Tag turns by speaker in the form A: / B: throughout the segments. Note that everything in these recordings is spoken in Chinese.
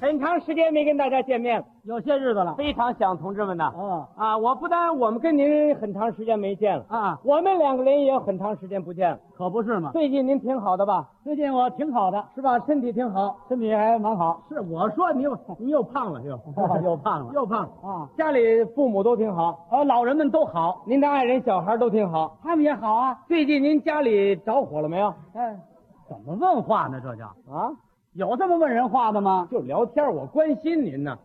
A: 很长时间没跟大家见面了，
B: 有些日子了。
A: 非常想同志们呐。
B: 啊
A: 啊，我不但我们跟您很长时间没见了，
B: 啊，
A: 我们两个人也有很长时间不见了。
B: 可不是嘛。
A: 最近您挺好的吧？
B: 最近我挺好的，
A: 是吧？身体挺好，
B: 身体还蛮好。哦
A: 是我说你又你又胖 了又
B: 又胖了
A: 又胖了
B: 啊！
A: 家里父母都挺好，
B: 呃，老人们都好，
A: 您的爱人小孩都挺好。
B: 他们也好啊。
A: 最近您家里着火了没有？
B: 哎，怎么问话呢？这叫
A: 啊，
B: 有这么问人话的吗？
A: 就聊天，我关心您呢，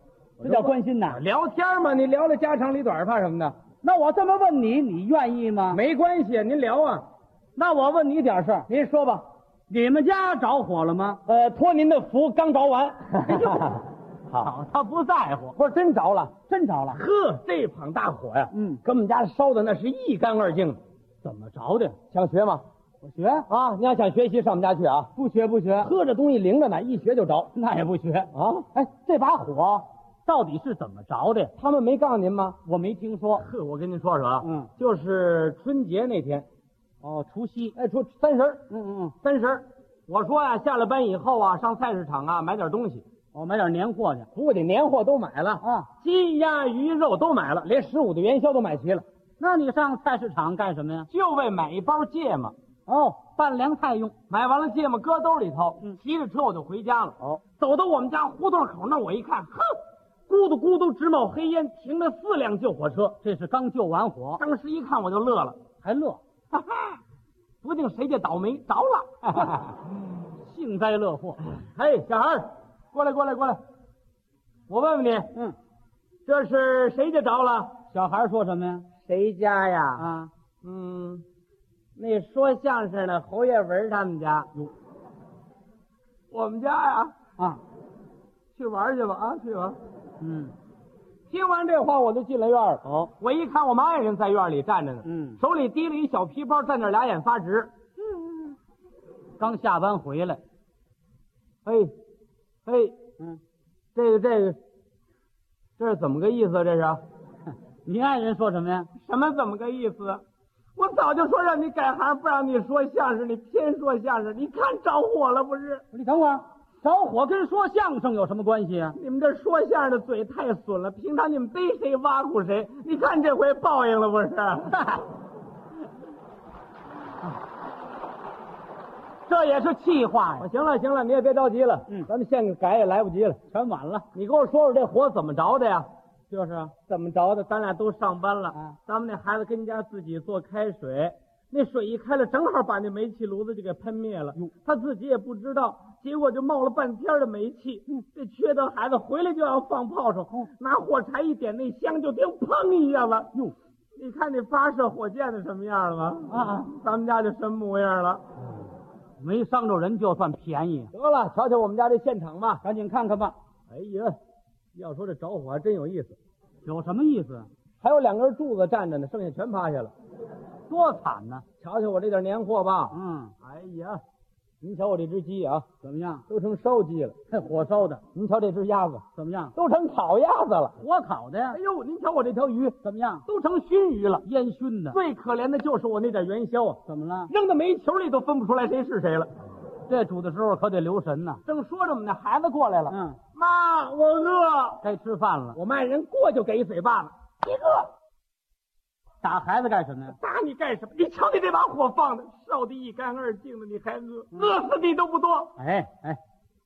B: 这叫关心呐。
A: 聊天嘛，你聊聊家长里短，怕什么呢？
B: 那我这么问你，你愿意吗？
A: 没关系，您聊啊，
B: 那我问你点事儿，
A: 您说吧。
B: 你们家着火了吗？哎
A: 呃，托您的福，刚着完， 好，
B: 好，他不在乎，
A: 不是真着了。
B: 真着了。
A: 呵，这捧大火呀，
B: 嗯
A: 给我们家烧的那是一干二净。
B: 怎么着的？
A: 想学吗？
B: 我学
A: 啊，你要想学习，上我们家去啊。
B: 不学不学，
A: 喝这东西灵着呢，一学就着
B: 那也不学啊。
A: 啊。
B: 哎，这把火到底是怎么着的？
A: 他们没告诉您吗？
B: 我没听说。
A: 呵，我跟您说说啊，
B: 嗯，
A: 就是春节那天，
B: 哦，除夕。
A: 哎，初三十儿，
B: 嗯嗯嗯，
A: 三十儿，我说呀、下了班以后啊，上菜市场啊买点东西，
B: 我哦买点年货去。
A: 不过得年货都买了，
B: 啊，
A: 鸡鸭鱼肉都买了，连十五的元宵都买齐了，
B: 那你上菜市场干什么呀？
A: 就为买一包芥末。
B: 哦，拌凉菜用。嗯
A: 买完了芥末搁兜里头，骑着车我就回家了。
B: 哦，
A: 走到我们家胡同口那儿，我一看，哼，咕嘟咕嘟直冒黑烟，停了四辆救火车。
B: 这是刚救完火，
A: 当时一看我就乐了，
B: 还乐，
A: 哈哈，不定谁家倒霉着了。
B: 幸灾乐祸。
A: 嘿，小孩儿，过来过来过来，我问问你，
B: 嗯，
A: 这是谁家着了？
B: 小孩说什么呀？
A: 谁家呀？
B: 啊，
A: 嗯，那说相声的侯月文他们家。
B: 哟
A: 我们家呀，
B: 啊，
A: 去玩去吧啊，去吧。
B: 嗯，
A: 听完这话，我就进了院儿。
B: 哦，
A: 我一看，我们爱人在院里站着呢，
B: 嗯
A: 手里提了一小皮包，站那儿俩眼发直。
B: 刚下班回来。
A: 嘿，嘿，
B: 嗯，
A: 这个这个，这是怎么个意思啊？这是
B: 你爱人说什么呀？
A: 什么怎么个意思啊？我早就说让你改行，不让你说相声，你偏说相声，你看着火了不是？
B: 你等会儿，着火跟说相声有什么关系啊？
A: 你们这说相声的嘴太损了，平常你们逮谁挖苦谁，你看这回报应了不是？
B: 这也是气话呀，
A: 哦行了行了，你也别着急了，
B: 嗯
A: 咱们现在改也来不及了。
B: 全晚了。
A: 你给我说说这火怎么着的呀？
B: 就是啊，
A: 怎么着的？咱俩都上班了，
B: 啊
A: 咱们那孩子跟家自己做开水，那水一开了，正好把那煤气炉子就给喷灭了
B: 哟。
A: 他自己也不知道，结果就冒了半天的煤气。这缺德孩子回来就要放炮仗，拿火柴一点，那香就听砰一下子。
B: 哟，
A: 你看那发射火箭的什么样了吗？
B: 啊啊，
A: 咱们家就什么模样了？
B: 没伤着人就算便宜。
A: 得了，瞧瞧我们家这现场吧。
B: 赶紧看看吧，
A: 哎呀，要说这着火还真有意思，
B: 有什么意思？
A: 还有两根柱子站着呢，剩下全趴下了。
B: 多惨呐！
A: 瞧瞧我这点年货吧。
B: 嗯，
A: 哎呀，您瞧我这只鸡啊，
B: 怎么样？
A: 都成烧鸡了。
B: 这火烧的
A: 您瞧这只鸭子，
B: 怎么样？
A: 都成烤鸭子了。
B: 火烤的呀
A: 哎？呦，您瞧我这条鱼，
B: 怎么样？
A: 都成熏鱼了。
B: 烟熏的？
A: 最可怜的就是我那点元宵啊，
B: 怎么了？
A: 扔到煤球里都分不出来谁是谁了。
B: 这煮的时候可得留神呐。
A: 正说着，我们那孩子过来了，
B: 嗯，
A: 妈，我饿。
B: 该吃饭了。
A: 我们爱人过就给一嘴巴子，你饿。
B: 打孩子干什么呀？
A: 打你干什么？你瞧你这把火放的，烧的一干二净的，你还饿？饿死你都不多。
B: 哎哎，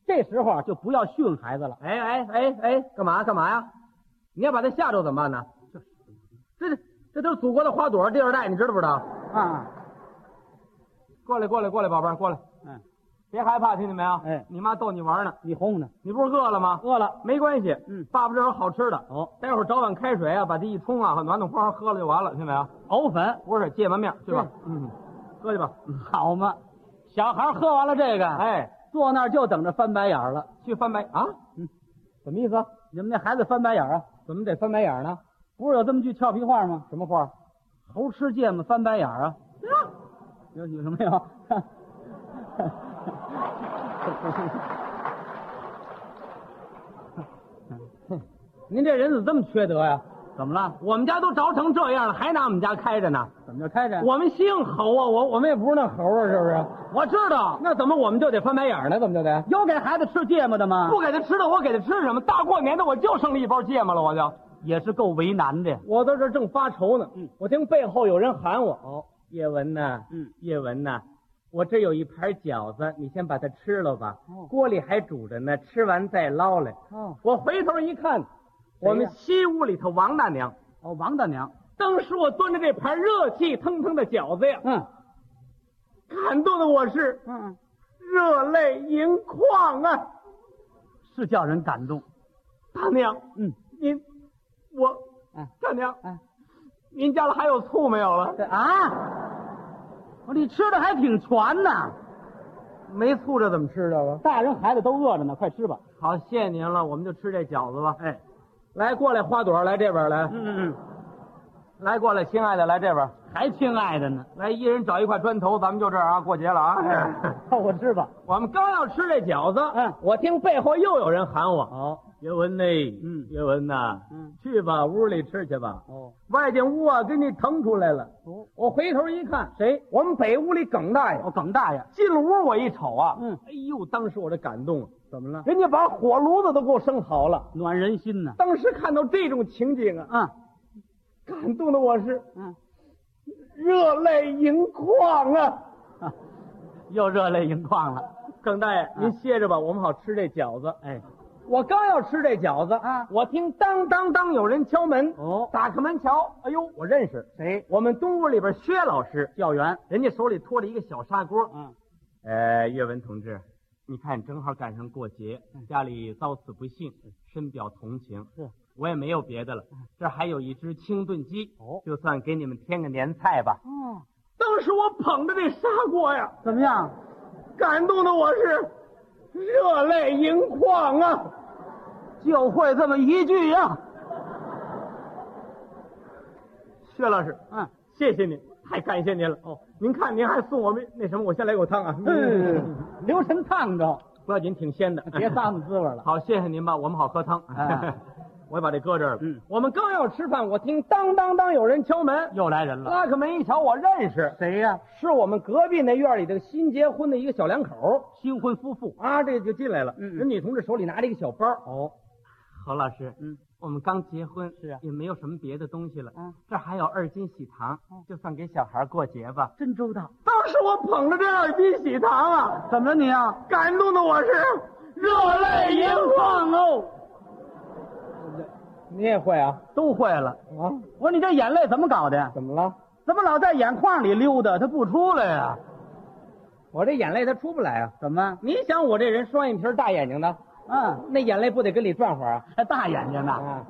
B: 这时候啊就不要训孩子了。
A: 哎哎哎哎，干嘛干嘛呀？你要把他吓着怎么办呢？这这这都是祖国的花朵，第二代，你知道不知道？
B: 啊，
A: 过来过来过来，宝贝儿，过来，
B: 嗯，
A: 别害怕，听见没有？
B: 哎
A: 你妈逗你玩呢，
B: 你哄呢？
A: 你不是饿了吗？
B: 饿了。
A: 没关系，
B: 嗯
A: 爸爸这有好吃的，
B: 哦，
A: 待会儿找碗开水啊，把这一冲啊，暖暖和和喝了就完了，听见没有？
B: 藕粉
A: 不是芥末面，对吧
B: 对？
A: 嗯，喝去吧。
B: 好嘛，小孩喝完了这个，，
A: 哎，
B: 坐那儿就等着翻白眼儿了。
A: 去翻白啊？
B: 嗯，
A: 什么意思啊？
B: 你们那孩子翻白眼儿啊？
A: 怎么得翻白眼儿呢？
B: 不是有这么句俏皮话吗？
A: 什么话？
B: 猴吃芥末翻白眼儿啊？有有什么有？
A: 您这人怎么这么缺德呀、
B: 怎么了？
A: 我们家都着成这样了，还拿我们家开着呢。
B: 怎么们就开展。
A: 我们姓侯啊，我
B: 我
A: 我
B: 们也不是那猴啊，是不是？
A: 我知道，
B: 那怎么我们就得翻白眼儿呢？怎么就得？有给孩子吃芥末的吗
A: 啊不给他吃的，我给他吃什么？大过年的我就剩了一包芥末了，我就。嗯
B: 也是够为难的。
A: 我在这儿正发愁呢，我听背后有人喊我，哦，叶文呐、
B: 嗯，
A: 叶文呐、我这有一盘饺子，你先把它吃了吧，
B: 哦
A: 锅里还煮着呢，吃完再捞来。
B: 哦
A: 我回头一看，我们西屋里头王大娘，
B: 哦，王大娘，
A: 当时我端着这盘热气腾腾的饺子呀，
B: 嗯
A: 感动的我是
B: 嗯，
A: 热泪盈眶啊！
B: 是叫人感动。
A: 大娘，
B: 嗯，
A: 您，我
B: 啊，
A: 大娘，
B: 啊
A: 您家里还有醋没有了？
B: 啊，我你吃的还挺全呢。
A: 没醋这怎么吃的了？
B: 大人孩子都饿着呢，快吃吧。
A: 好，谢谢您了，我们就吃这饺子吧。哎，来过来，花朵，来这边来，
B: 嗯嗯，
A: 来过来，亲爱的，来这边，
B: 还亲爱的呢。
A: 来，一人找一块砖头，咱们就这儿啊，过节了啊。
B: 我吃吧。
A: 我们刚要吃这饺子，
B: 哎嗯
A: 我听背后又有人喊我，
B: 哦
A: 岳文呢？
B: 嗯
A: 岳文呐、
B: 嗯
A: 去吧，屋里吃去吧。
B: 哦
A: 外间屋啊，给你腾出来了。
B: 哦，
A: 我回头一看，谁？我们北屋里耿大爷
B: 哦，耿大爷，
A: 进了屋，我一瞅啊，
B: 嗯
A: 哎呦，当时我这感动啊，
B: 怎么了？
A: 人家把火炉子都给我生好了。
B: 暖人心呢。
A: 当时看到这种情景啊，
B: 啊
A: 感动的我是
B: 嗯，
A: 热泪盈眶 啊！
B: 又热泪盈眶了。
A: 耿大爷，您歇着吧，我们好吃这饺子。
B: 哎，
A: 啊我刚要吃这饺子
B: 啊
A: 我听当当当有人敲门。
B: 哦
A: 打开门瞧，哎呦，我认识
B: 谁？
A: 我们东屋里边薛老师，
B: 教员。
A: 人家手里托着一个小砂锅。
B: 嗯，
A: 呃，岳文同志，你看正好赶上过节，家里遭此不幸，深表同情。
B: 是，
A: 我也没有别的了，这还有一只清炖鸡，
B: 哦
A: 就算给你们添个年菜吧。
B: 哦，
A: 当时我捧着这砂锅呀，
B: 怎么样？
A: 感动的我是热泪盈眶啊！
B: 就会这么一句呀、
A: 薛老师，
B: 嗯，
A: 谢谢您，太感谢您了。哦，您看您还送我们那什么，我先来口汤啊。
B: 嗯，留神烫着，
A: 不要紧，挺鲜的，
B: 别
A: 脏。
B: 耽误滋味了。
A: 好，谢谢您吧，我们好喝汤。
B: 哎
A: 我也把这搁这儿了。
B: 嗯，
A: 我们刚要吃饭，我听当当当有人敲门，
B: 又来人了，
A: 拉开门一瞧，我认识，
B: 谁呀、
A: 是我们隔壁那院里的新结婚的一个小两口
B: 新婚夫妇。
A: 啊，这就进来了。
B: 嗯嗯
A: 人女同志手里拿着一个小包。哦，侯老师，
B: 嗯，
A: 我们刚结婚，
B: 是啊
A: 也没有什么别的东西了。
B: 啊，
A: 这还有二斤喜糖，就算给小孩过节吧。
B: 真周到。
A: 嗯当时我捧着这二斤喜糖啊，
B: 怎么了你啊？
A: 感动的我是热泪盈眶哦。你也会啊？
B: 都会了。
A: 啊？
B: 我说你这眼泪怎么搞的？
A: 怎么了？
B: 怎么老在眼眶里溜达，它不出来呀、
A: 我这眼泪它出不来啊！
B: 怎么？
A: 你想我这人双眼皮儿大眼睛的，
B: 嗯，
A: 那眼泪不得跟里转会儿啊？
B: 还大眼睛呢。
A: 啊！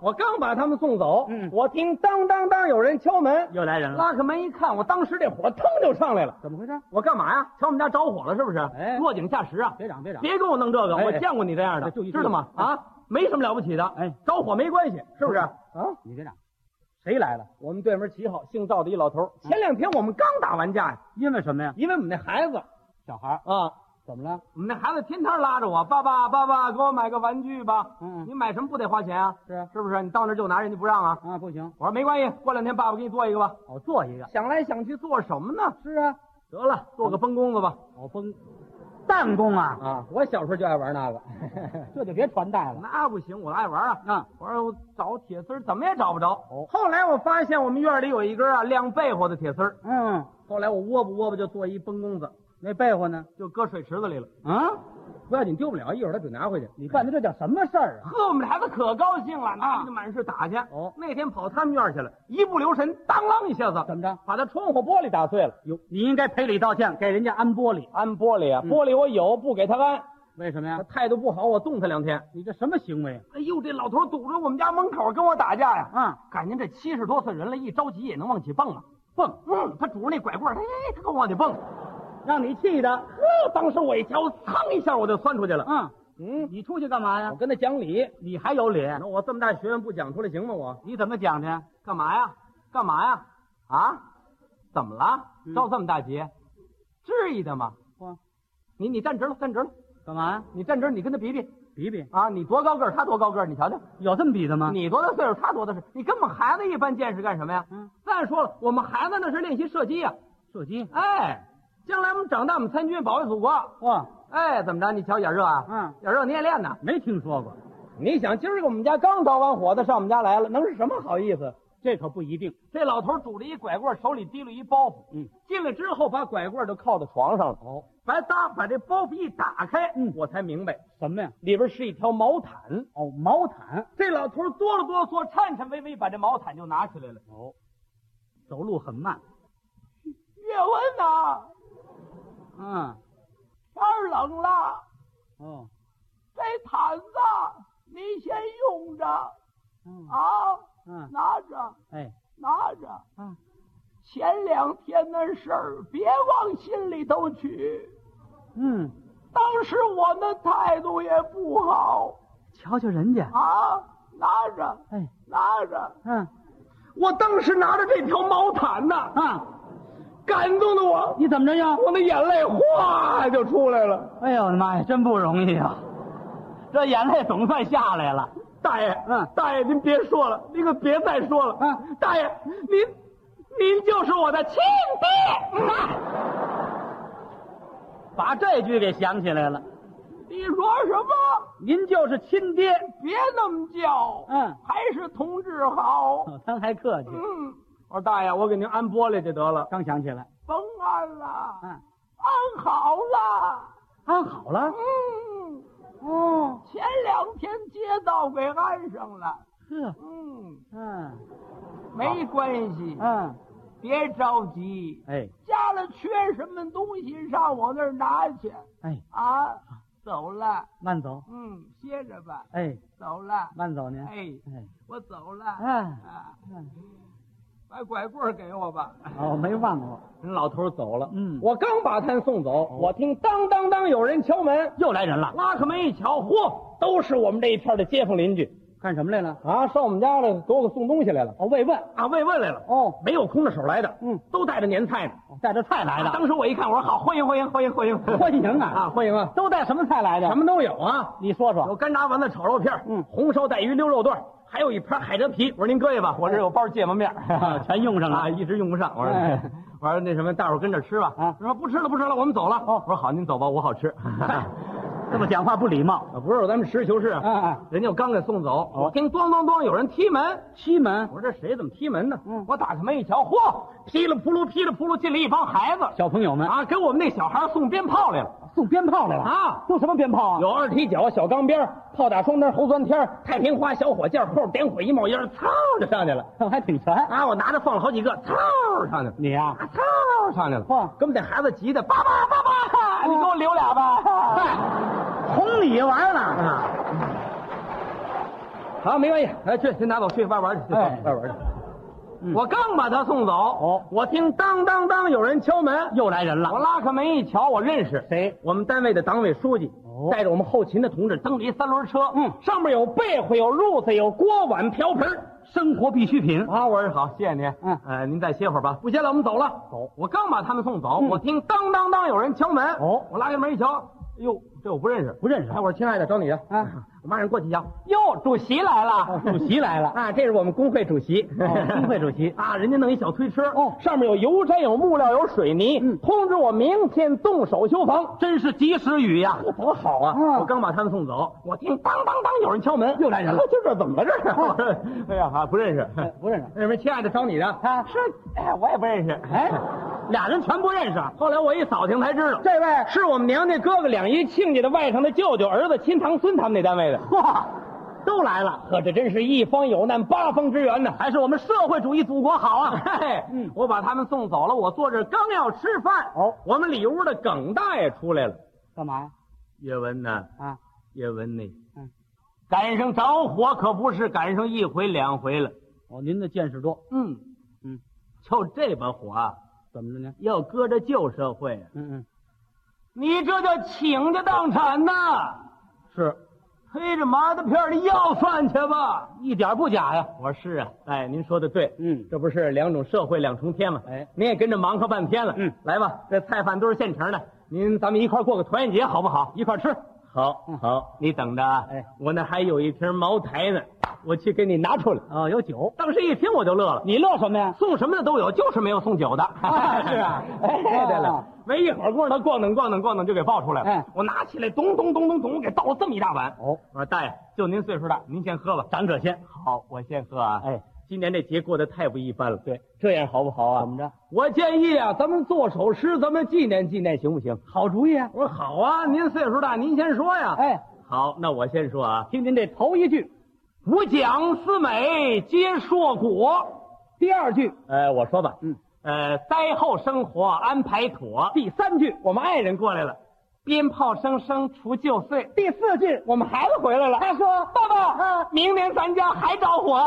A: 我刚把他们送走，
B: 嗯
A: 我听当当当有人敲门，
B: 又来人了，
A: 拉开门一看，我当时这火腾就上来了。
B: 怎么回事？
A: 我干嘛呀？瞧我们家着火了是不是？
B: 哎
A: 落井下石啊！
B: 别嚷，别嚷。
A: 别跟我弄这个，
B: 哎
A: 我见过你这样的，
B: 哎注意
A: 知道吗？
B: 注意
A: 啊，没什么了不起的，
B: 哎，
A: 着火没关系，是不是？啊，
B: 你别嚷，
A: 谁来了？我们对门七号，姓赵的一老头儿。前两天我们刚打完架呀，
B: 因为什么呀？
A: 因为我们那孩子
B: 小孩儿
A: 啊，
B: 怎么了？
A: 我们那孩子天天拉着我，爸爸，爸爸，给我买个玩具吧。
B: 嗯
A: 你买什么不得花钱啊？
B: 是啊
A: 是不是？你到那儿就拿，人家不让啊。
B: 啊，不行，
A: 我说没关系，过两天爸爸给你哦做一个嗯吧。
B: 我做一个。
A: 想来想去做什么呢？
B: 是啊，
A: 得了，做个崩弓子吧。
B: 我崩，弹弓啊，
A: 啊，我小时候就爱玩那 个，
B: 这就别传代了。
A: 那不行，我爱玩啊。
B: 啊，
A: 我说我找铁丝儿怎么也找不着。
B: 哦
A: 后来我发现我们院里有一根啊晾被窝的铁丝儿，
B: 嗯，
A: 后来我窝吧窝吧就做一崩弓子，
B: 那被窝呢？
A: 就搁水池子里了。哎
B: 啊，
A: 不要紧，丢不了，一会儿他准拿回去。
B: 你办的这叫什么事儿啊？
A: 呵，我们这孩子可高兴了，
B: 啊
A: 拿着满是打去。
B: 哦
A: 那天跑他们院去了，一不留神，当啷一下子，
B: 怎么着？
A: 把他窗户玻璃打碎了？
B: 嗯哟，你应该赔礼道歉，给人家安玻璃。
A: 安玻璃啊，
B: 嗯
A: 玻璃我有，不给他安。
B: 为什么
A: 他
B: 呀？
A: 态度不好，我冻他两天。
B: 你这什么行为
A: 哎呦，这老头堵着我们家门口跟我打架呀！
B: 啊？
A: 感情这七十多岁人了，一着急也能往起蹦啊！
B: 蹦，
A: 嗯，他拄着那拐棍儿，哎，他给我往起蹦。
B: 让你气的。
A: 呵，当时我一瞧，噌一下我就窜出去了。
B: 嗯，
A: 嗯，
B: 你出去干嘛
A: 我
B: 呀？
A: 跟他讲理，
B: 你还有理？
A: 那我这么大学问不讲出来行吗？我
B: 你怎么讲的？
A: 干嘛呀？干嘛呀？啊？怎么了
B: 嗯？
A: 着这么大急？至于的吗？
B: 我
A: 你你站直了，站直了，
B: 干嘛呀？
A: 你站直了，你跟他比比，
B: 比比，
A: 啊！你多高个儿，他多高个儿，你瞧瞧，
B: 有这么比的吗？
A: 你多大岁数，他多大是？你跟我们孩子一般见识干什么呀？
B: 嗯，
A: 再说了，我们孩子那是练习射击呀、
B: 射击，
A: 哎，将来我们长大，我们参军保卫祖国。
B: 哇，
A: 哎，怎么着？你瞧眼热啊？
B: 嗯，
A: 眼热你也练呢？
B: 没听说过，
A: 你想，今儿个我们家刚着完火的上我们家来了，能是什么好意思？
B: 这可不一定。
A: 这老头拄着一拐棍，手里提了一包袱。
B: 嗯，
A: 进来之后把拐棍就靠到床上了。
B: 哦，
A: 白搭把这包袱一打开，
B: 嗯
A: 我才明白
B: 什么呀？
A: 里边是一条毛毯。
B: 哦，毛毯。
A: 这老头哆了哆嗦，颤颤巍巍把这毛毯就拿起来了。
B: 哦，走路很 慢。
A: 岳文呐，
B: 嗯，
A: 天儿冷了，
B: 哦，
A: 这毯子你先用着
B: 嗯
A: 啊，
B: 嗯，
A: 拿着
B: 哎，
A: 拿着。
B: 嗯，
A: 前两天的事儿别往心里头去，
B: 嗯，
A: 当时我们态度也不好
B: 瞧瞧人家，
A: 啊，拿着
B: 哎，
A: 拿着。
B: 嗯
A: 我当时拿着这条毛毯呐，
B: 啊，
A: 感动的我，
B: 你怎么着呀？
A: 我的眼泪哗就出来了。
B: 哎呦我的妈呀，真不容易啊！这眼泪总算下来了。
A: 大爷，
B: 嗯
A: 大爷您别说了，您可别再说了。
B: 嗯，
A: 大爷，您您就是我的亲爹。
B: 嗯 把这句给想起来了，
A: 你说什么？
B: 您就是亲爹。
A: 别那么叫，
B: 嗯
A: 还是同志 好。
B: 哦咱还客气，
A: 嗯，我说大爷，我给您安玻璃就得了，
B: 刚想起来。
A: 甭安了，
B: 嗯，
A: 安好了。
B: 安好了。
A: 嗯，
B: 哦，
A: 前两天街道给安上了。
B: 呵，
A: 嗯，
B: 嗯
A: 没关系，
B: 嗯，
A: 别着急。
B: 哎
A: 家里缺什么东西，上我那儿拿去
B: 哎，
A: 啊。走了，
B: 慢走。
A: 嗯，歇着吧。
B: 哎，
A: 走了，
B: 慢走您。
A: 哎，
B: 哎，
A: 我走了。
B: 哎
A: 啊，
B: 嗯
A: 把拐棍儿给我吧。
B: 哦，没忘过，
A: 人老头儿走了，
B: 嗯
A: 我刚把他送走，我听当当当有哦人敲门，
B: 又来人了，
A: 拉开门一瞧，嚯，都是我们这一片的街坊邻居
B: 干什么来了？
A: 啊，上我们家来给我送东西来了
B: 哦，慰问。
A: 啊，慰问来了，
B: 哦，
A: 没有空着手来的，
B: 嗯，
A: 都带着年菜呢。
B: 带着菜来的。
A: 当时我一看，我说好，欢迎欢迎欢迎哦啊 欢迎
B: 欢迎啊！
A: 啊，欢迎啊，
B: 都带什么菜来的？
A: 什？么都有啊，
B: 你说
A: 有
B: 说。
A: 干炸丸子、炒肉片，
B: 嗯
A: 红烧带鱼、溜肉段，还有一盘海蜇皮。我说您搁下吧，我这有包芥末面，
B: 全用上了
A: 啊，一直用不上。我说
B: 哎，
A: 我说那什么，大伙儿跟这儿吃吧。
B: 啊
A: 他说不吃了，不吃了，我们走了。
B: 哦
A: 我说好，您走吧，我好吃。
B: 嗨这么讲话不礼貌。
A: 啊不是，咱们实事求是啊。
B: 嗯嗯
A: 人家我刚给送走，
B: 哦
A: 我听咣咣咣有人踢门，
B: 西门
A: 我说这谁怎么踢门呢？
B: 嗯
A: 我打开门一瞧，嚯，噼里扑噜噼里扑噜进来一帮孩子
B: 小朋友们
A: 啊，给我们那小孩送鞭炮来了
B: 送鞭炮来了！
A: 啊。
B: 用什么鞭炮啊？
A: 有二踢脚、小钢鞭、炮打双灯、猴钻天、太平花、小火箭，后边点火一冒烟，噌就上去了。
B: 有，还挺全。
A: 啊，我拿着放了好几个，噌上去了。
B: 你呀、
A: 啊，操！上去了，
B: 哇
A: 给我们这孩子急的，爸爸爸爸，你给我留俩吧。
B: 嗨，哄你玩了。
A: 啊，好，没关系，来去，先拿走，去外玩去，去
B: 哎
A: 外玩去。
B: 嗯
A: 我刚把他送走，
B: 哦
A: 我听当当当有人敲门，
B: 又来人
A: 我
B: 了。
A: 拉开门一瞧，我认识
B: 谁？
A: 我们单位的党委书记，
B: 哦
A: 带着我们后勤的同志蹬着一三轮车，
B: 嗯
A: 上面有被子，有褥子，有锅碗瓢盆儿
B: 生活必需品。
A: 啊，我说好，谢谢您。
B: 嗯
A: 呃，您再歇会儿吧。不歇了，我们走了。
B: 走。
A: 我刚把他们送走，
B: 嗯
A: 我听当当当有人敲门。
B: 哦
A: 我拉开门一瞧，哎呦，这我不认识，
B: 不认识
A: 哎，我说亲爱的，找你的。
B: 啊，
A: 我马上过去一瞧。哟，主席来了，
B: 主席来了。
A: 啊，这是我们工会主 席，
B: 哦工会主席
A: 啊，人家弄一小推车，
B: 哦
A: 上面有油毡，有木料，有水泥，
B: 嗯
A: 通知我明天动手修房。
B: 真是及时雨呀、
A: 这多好啊！
B: 嗯
A: 我刚把他们送走，我听当当当有人敲门，
B: 又来 人了
A: 呵今儿这怎么了这是？我说 哎呀，啊不认识。
B: 哎不认识。
A: 那边亲爱的找你的，
B: 啊
A: 是，哎，我也不认识。
B: 哎，俩人全不认识。
A: 后来我一扫听才知道，
B: 这位，
A: 是我们娘家哥哥两姨亲家的外甥的舅舅儿子亲堂孙他们那单位的。
B: 哇，
A: 都来了，呵，这真是一方有难八方支援呢，还是我们社会主义祖国好啊！嘿，
B: 嗯
A: 我把他们送走了，我坐这儿刚要吃饭，
B: 哦
A: 我们里屋的耿大爷出来了，
B: 干嘛呀？
A: 叶文呐，
B: 啊，
A: 叶文呐，
B: 嗯，
A: 赶上着火可不是赶上一回两回了，
B: 哦，您的见识多。
A: 嗯
B: 嗯，
A: 就这把火啊，
B: 怎么着呢？
A: 要搁着旧社会啊，
B: 嗯嗯，
A: 你这叫倾家荡产呐！
B: 是
A: 推着麻子片儿的要饭去吧。
B: 一点不假呀。
A: 我说是啊，哎，您说的对，
B: 嗯
A: 这不是两种社会两重天吗？
B: 哎
A: 您也跟着忙活半天了，
B: 嗯，
A: 来吧，这菜饭都是现成的，您咱们一块儿过个团圆节好不好？一块儿吃。好好，你等着啊！
B: 哎，
A: 我那还有一瓶茅台呢，我去给你拿出来。
B: 哦，有酒，
A: 当时一听我就乐了，
B: 你乐什么呀？
A: 送什么的都有，就是没有送酒的。
B: 啊是啊
A: 哎，对了
B: 啊，
A: 没一会儿功夫，他咣当咣当咣当就给抱出来了。
B: 哎
A: 我拿起来，咚咚咚咚咚，我给倒了这么一大碗。
B: 哦，
A: 我说大爷，就您岁数大，您先喝吧，长者先。好，我先喝啊。
B: 哎，
A: 今年这节过得太不一般了。对，这样好不好啊？
B: 怎么着？
A: 我建议啊，咱们做首诗，咱们纪念纪念，行不行？
B: 好主意啊！
A: 我说好啊，您岁数大，您先说呀。，
B: 哎，
A: 好，那我先说啊。
B: 听您这头一句，
A: 吾讲四美皆硕果。
B: 第二句，
A: 呃，我说吧，
B: 嗯，
A: 呃，灾后生活安排妥。
B: 第三句，
A: 我们爱人过来了，鞭炮声声除旧岁。
B: 第四句，我们孩子回来了。他说：“
A: 爸爸，
B: 啊
A: 明年咱家还着火。